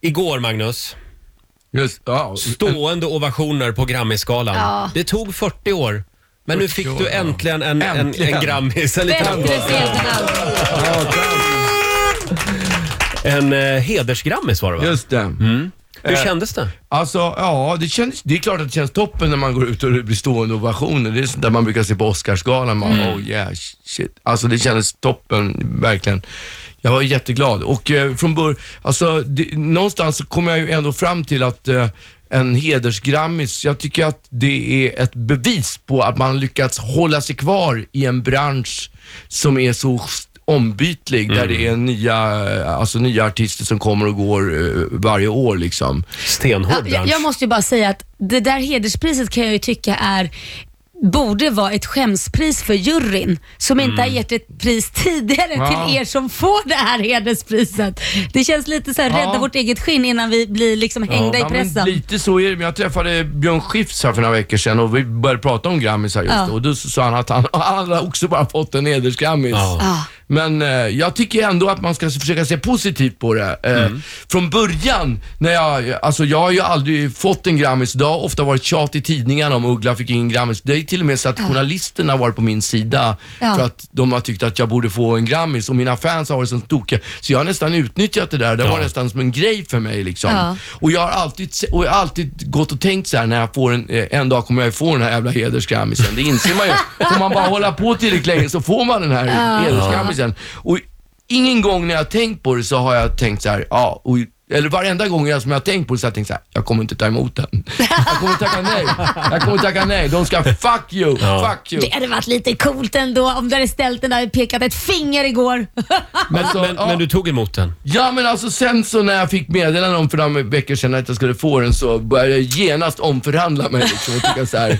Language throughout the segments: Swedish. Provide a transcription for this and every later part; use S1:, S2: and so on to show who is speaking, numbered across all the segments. S1: Igår, Magnus,
S2: Just, oh, ja.
S1: stående ovationer på Grammisgalan.
S3: Ja.
S1: Det tog 40 år, men nu
S2: 40
S1: fick
S2: år,
S1: du
S2: ja.
S1: äntligen en,
S2: Äntligen.
S1: en, en Grammis. En, liten,
S3: Bättre sent än aldrig.
S2: Ja, där.
S1: en eh, hedersgrammis var det va?
S2: Just eh, det.
S1: Hur kändes det?
S2: Alltså, ja, det, känns, det är klart att det känns toppen när man går ut och det blir stående ovationer. Det är sånt där man brukar se på Oscarsgalan. Man, oh yeah, shit. Alltså det kändes toppen, verkligen. Jag var jätteglad och eh, från början, alltså det, någonstans så kom jag ju ändå fram till att eh, en hedersgrammis, jag tycker att det är ett bevis på att man lyckats hålla sig kvar i en bransch som är så ombytlig, där det är nya, eh, alltså nya artister som kommer och går eh, varje år liksom.
S1: Stenhård
S3: Ja, jag,
S1: bransch.
S3: jag måste ju bara säga att det där hederspriset kan jag ju tycka är borde vara ett skämspris för juryn som inte har gett ett pris tidigare
S2: Mm. Ja.
S3: till er som får det här hederspriset. Det känns lite så här
S2: Ja.
S3: rädda vårt eget skinn innan vi blir liksom hängda i
S2: Ja, men
S3: pressen.
S2: lite så är det, men jag träffade Björn Skifs här för några veckor sedan och vi började prata om grammisar just
S3: Ja.
S2: då. och då sa han att han, han har också bara fått en hedersgrammis.
S1: Ja.
S3: Ja.
S2: Men eh, jag tycker ändå att man ska försöka se positivt på det. Eh,
S1: Mm.
S2: Från början, när jag, alltså jag har ju aldrig fått en Grammis. Det har ofta varit tjat i tidningarna om Uggla fick ingen Grammis. Det är till och med så att journalisterna har varit på min sida
S3: Ja.
S2: för att de har tyckt att jag borde få en Grammis och mina fans har varit så tokiga. Så jag har nästan utnyttjat det där. Det var
S1: Ja.
S2: nästan som en grej för mig liksom.
S3: Ja.
S2: Och jag har alltid, se- och jag har alltid gått och tänkt så här när jag får en, eh, en dag kommer jag få den här jävla hedersgrammisen. Det inser man ju. Får man bara hålla på tillräckligt länge så får man den här hedersgrammisen. Och ingen gång när jag har tänkt på det så har jag tänkt så här, ja, och eller varenda gång jag, som jag har tänkt på det så har jag tänkt så här, jag kommer inte ta emot den. Jag kommer tacka nej. Jag kommer tacka nej. De ska fuck you, fuck you.
S3: Det hade varit lite coolt ändå om du hade ställt den där och pekat ett finger igår.
S1: Men,
S2: Alltså,
S1: men,
S2: ja.
S1: men du tog emot den?
S2: Ja men alltså sen så när jag fick meddelande om för några veckor sedan att jag skulle få den så började jag genast omförhandla mig liksom och tycka så här,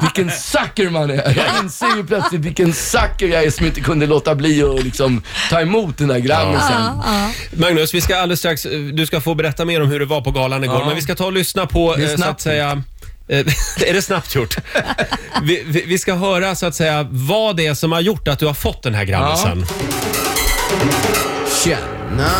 S2: vilken sucker man är. Jag inser ju plötsligt vilken sucker jag är som inte kunde låta bli att liksom ta emot den där grammisen.
S1: Magnus, vi ska alldeles strax, eh, du ska få berätta mer om hur det var på galan igår,
S2: Ja.
S1: men vi ska ta och lyssna på,
S2: Det är
S1: eh, så
S2: snabbt
S1: att säga, eh, är det snabbt gjort? vi, vi, vi ska höra så att säga vad det är som har gjort att du har fått den här grammisen.
S2: Tjena!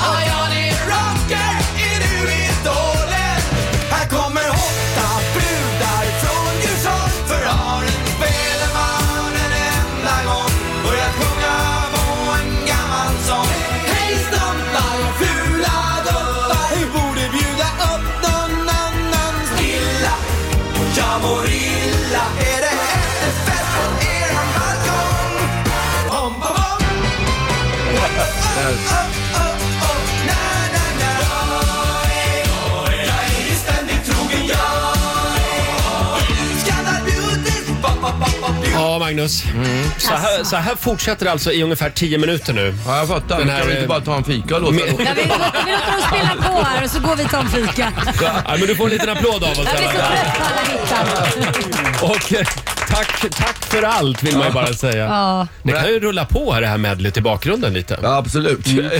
S4: Ah, ja, det är rocker, är du idolen? Här kommer åtta brudar från Djursholm För har inte spelat man en enda gång Börjat sjunga på en gammal sång Hej stomtar, fula duttar Vi borde bjuda upp någon annans Illa, jag mår illa Är det efterfest på eran balkong? Bom, bom, bom
S1: Ja, Magnus. Mm. Så, här, så här fortsätter det alltså i ungefär 10 minuter nu.
S2: Ja jag fattar,
S1: Den
S2: men
S1: här,
S2: kan vi inte
S1: eh,
S2: bara ta en fika och låta
S1: med-
S2: det
S3: Jag vill låta dem spela på här och så går vi och tar en fika.
S1: Ja, men du får en liten applåd av oss.
S3: Jag blir så
S1: alla.
S3: trött på alla hittar.
S1: Och eh, tack, tack för allt vill man ju bara säga. Det kan ju rulla på här, det här medlet i bakgrunden lite.
S2: Ja, absolut.
S1: Mm.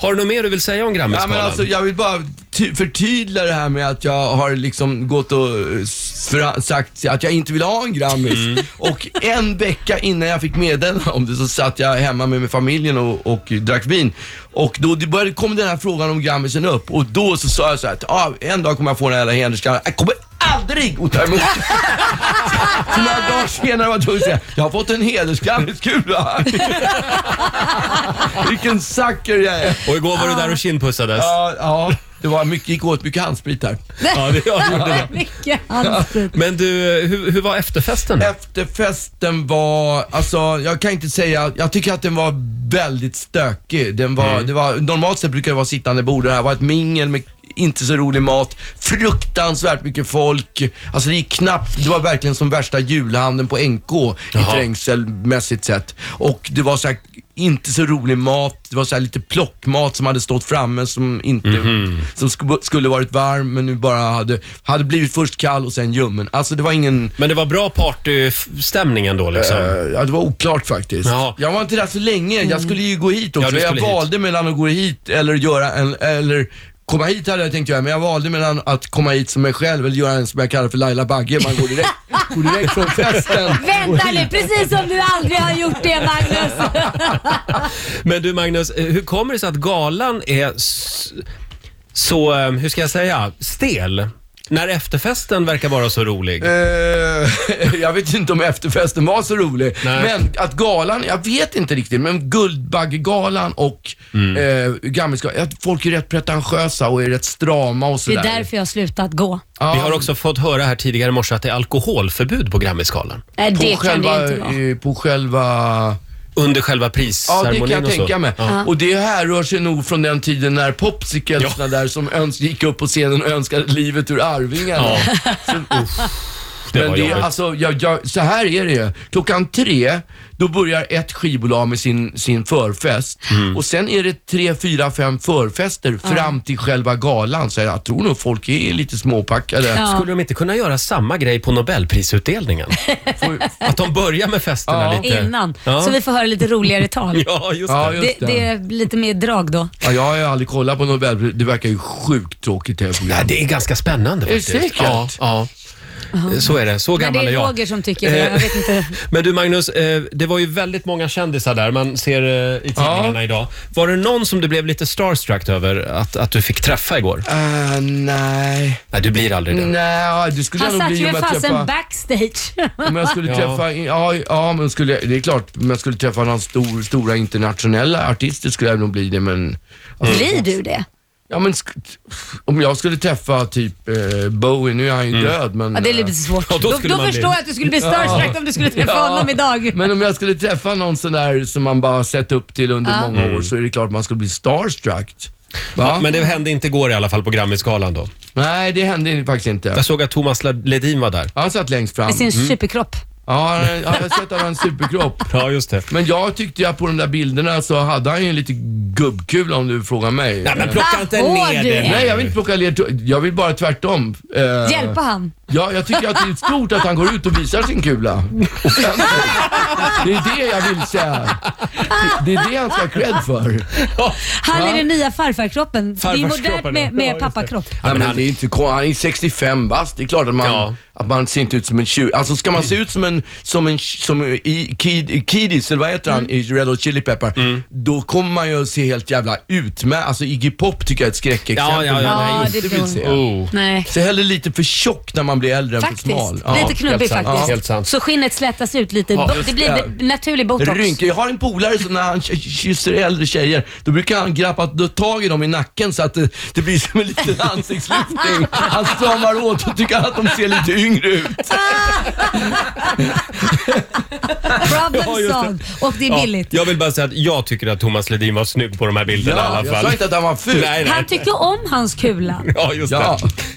S1: Har du något mer du vill säga om
S2: Ja,
S1: Grammisgalan?
S2: men alltså, jag vill bara ty- förtydliga det här med att jag har liksom gått och eh, s- fra- sagt att jag inte vill ha en Grammis. Och en vecka innan jag fick meddelande om det så satt jag hemma med, med familjen och, och drack vin. Och då det började, kom den här frågan om Grammisen upp och då så sa jag så här att ah, en dag kommer jag få den här jävla hedersgrammis. Jag kommer aldrig att ta emot den." Så några dagar senare var jag tvungen att säga, jag har fått en hedersgrammiskula. Vilken sucker jag är.
S1: Och igår var du där och kindpussades.
S2: Ja, ja det var mycket, gick åt mycket handsprit där.
S1: Ja, det jag gjorde det.
S3: Mycket ansikte.
S1: Men du, eh, hur, hur var efterfesten?
S2: Efterfesten var, alltså jag kan inte säga, jag tycker att den var väldigt stökig. Den var, det var, normalt sett brukar det vara sittande bord, det här var ett mingel med inte så rolig mat, fruktansvärt mycket folk. Alltså det gick knappt, det var verkligen som värsta julhandeln på NK i trängselmässigt sett. Och det var så här, inte så rolig mat, det var så här lite plockmat som hade stått framme som inte, som sk- skulle varit varm men nu bara hade, hade blivit först kall och sen ljummen. Alltså det var ingen
S1: Men det var bra partystämning ändå liksom.
S2: Eh, Ja, det var oklart faktiskt.
S1: Ja. Mm.
S2: Jag var inte där så länge. Jag skulle ju gå hit
S1: Ja,
S2: också.
S1: du
S2: jag
S1: skulle hit.
S2: valde mellan att gå hit eller göra en, eller komma hit hade jag tänkt göra, men jag valde mellan att komma hit som mig själv eller göra en som jag kallar för Laila Bagge. Man går direkt, går direkt från festen.
S3: Vänta nu, precis som du aldrig har gjort det Magnus.
S1: Men du Magnus, eh, hur kommer det sig att galan är s- så, eh, hur ska jag säga, stel? När efterfesten verkar vara så rolig.
S2: Eh, jag vet inte om efterfesten var så rolig.
S1: Nej.
S2: Men att galan, jag vet inte riktigt, men Guldbaggegalan och mm. Gammelsgalan, att folk är rätt pretentiösa och är rätt strama och
S3: Det är
S2: sådär.
S3: därför jag har slutat gå.
S2: Ja.
S1: Vi har också fått höra här tidigare i morse att det är alkoholförbud på Grammisgalan.
S3: Nej,
S2: på
S3: det kan
S2: själva,
S3: det inte vara.
S2: eh, på själva
S1: Under själva
S2: Ja, det
S1: prisceremonin
S2: kan jag
S1: och så.
S2: tänka mig. Och det här rör sig nog från den tiden när popsicles
S1: Ja.
S2: där som öns- gick upp på scenen och önskade livet ur Arvingarna.
S1: Ja.
S2: Så,
S1: Det
S2: men
S1: var
S2: det,
S1: jobbigt.
S2: alltså, jag, jag, så här är det ju. Klockan tre, då börjar ett skivbolag med sin, sin förfest. Och sen är det tre, fyra, fem förfester fram till själva galan. Så jag tror nog folk är lite småpackade.
S3: Ja.
S1: Skulle de inte kunna göra samma grej på Nobelprisutdelningen?
S2: Får-
S1: Att de börjar med festerna
S2: Ja.
S1: lite.
S3: Innan.
S1: Ja.
S3: Så vi får höra lite roligare tal.
S1: Ja, just
S2: Ja,
S1: det.
S2: just
S3: Det, det är lite mer drag då.
S2: Ja, jag har ju aldrig kollat på Nobelpriset. Det verkar ju sjukt tråkigt det här
S1: Ja,
S2: programmet.
S1: det är ganska spännande
S2: Är det
S1: faktiskt.
S2: säkert?
S1: Ja, ja. Så är det. Så
S3: Men det
S1: gammal är
S3: är
S1: jag.
S3: Roger som tycker det. Jag vet inte.
S1: Men du Magnus, eh, det var ju väldigt många kändisar där man ser eh, i tidningarna
S2: Ja.
S1: idag. Var det någon som du blev lite starstruck över att, att du fick träffa igår?
S3: Äh,
S2: Ah, nej.
S1: Nej, du blir aldrig det.
S2: Mm, Nej, det skulle jag
S3: Han
S2: nog
S3: satt
S2: bli
S3: ju
S2: om jag
S3: fasen
S2: träffade...
S3: backstage.
S2: Om jag skulle
S1: Ja.
S2: träffa, ja, ja men skulle, det är klart, om jag skulle träffa några stor, stora internationella artister skulle jag nog bli det, men... Alltså,
S3: Blir du det?
S2: Ja, men sk- om jag skulle träffa typ eh, Bowie, nu är han ju
S1: Mm.
S2: död, men...
S3: Ja, det är
S2: eh,
S3: lite svårt.
S1: Ja, då
S3: då
S1: skulle
S3: då
S1: man bli-
S3: förstår jag att du skulle bli starstruck om du skulle träffa
S2: Ja.
S3: honom idag.
S2: Men om jag skulle träffa någon sån där som man bara sett upp till under
S3: Ja.
S2: många år så är det klart man skulle bli starstruck. Va?
S1: Mm. Men det hände inte igår i alla fall på Grammisgalan då.
S2: Nej, det hände faktiskt inte.
S1: Jag såg att Thomas Ledin var där.
S2: Han satt längst fram.
S3: Med sin superkropp.
S2: Ja, han- ja, jag har sett att han har en superkropp.
S1: Ja, just det.
S2: Men jag tyckte jag på de där bilderna så hade han ju en lite gubbkul om du frågar mig.
S1: Nej, men plocka
S3: Vad
S1: inte
S3: går
S1: ner
S3: Ah, du?
S1: det.
S2: Nej, jag vill inte plocka ler. Jag vill bara tvärtom. Eh,
S3: Hjälpa han.
S2: Ja, jag tycker att det är stort att han går ut och visar sin kula. Offentligt. Det är det jag vill säga. Det- Det är det han ska ha cred för.
S3: Han är den nya farfarkroppen. Det är modernt
S1: Farfarskroppen,
S3: med,
S1: ja,
S3: med
S1: just det.
S3: pappakropp.
S2: Ja, men han, är inte, kon- han är 65 bast. Det är klart att man,
S1: Ja.
S2: att man ser inte ut som en 20. Alltså ska man se ut som en, som en som i, kid, Kidis, eller vad heter han, i Red Hot Chili Pepper, då kommer man ju att se helt jävla ut med. Alltså Iggy Pop tycker jag är ett
S1: Ja, ja,
S2: skräckexempel.
S1: ja,
S2: man
S1: nej,
S2: inte
S3: det
S2: vill
S3: tror
S2: se.
S3: jag.
S1: Oh.
S3: Nej.
S2: Så hellre lite för tjock när man blir äldre
S3: Faktiskt.
S2: än för smal. Ja.
S3: Lite knubbig
S1: helt sant.
S3: faktiskt.
S1: Ja, helt sant.
S3: Så skinnet slätas ut lite.
S1: Ja,
S3: Bo-
S1: just
S3: det blir
S2: det.
S3: naturlig botox.
S2: Rynkor. Jag har en polare som när han k- kysser äldre tjejer, då brukar han grabba då tag i dem i nacken så att det, det blir som en liten ansiktslyftning. Han stramar åt och tycker att de ser lite yngre ut.
S1: Ja,
S3: Problem
S1: just det.
S3: solved. Och det är billigt.
S1: Jag vill bara säga att jag tycker att Thomas Ledin var snygg på de här bilderna i alla
S2: jag
S1: fall.
S2: sa inte att han var ful.
S1: Nej, nej.
S3: Han tyckte om hans kula.
S1: Ja, just
S2: Ja.
S1: det.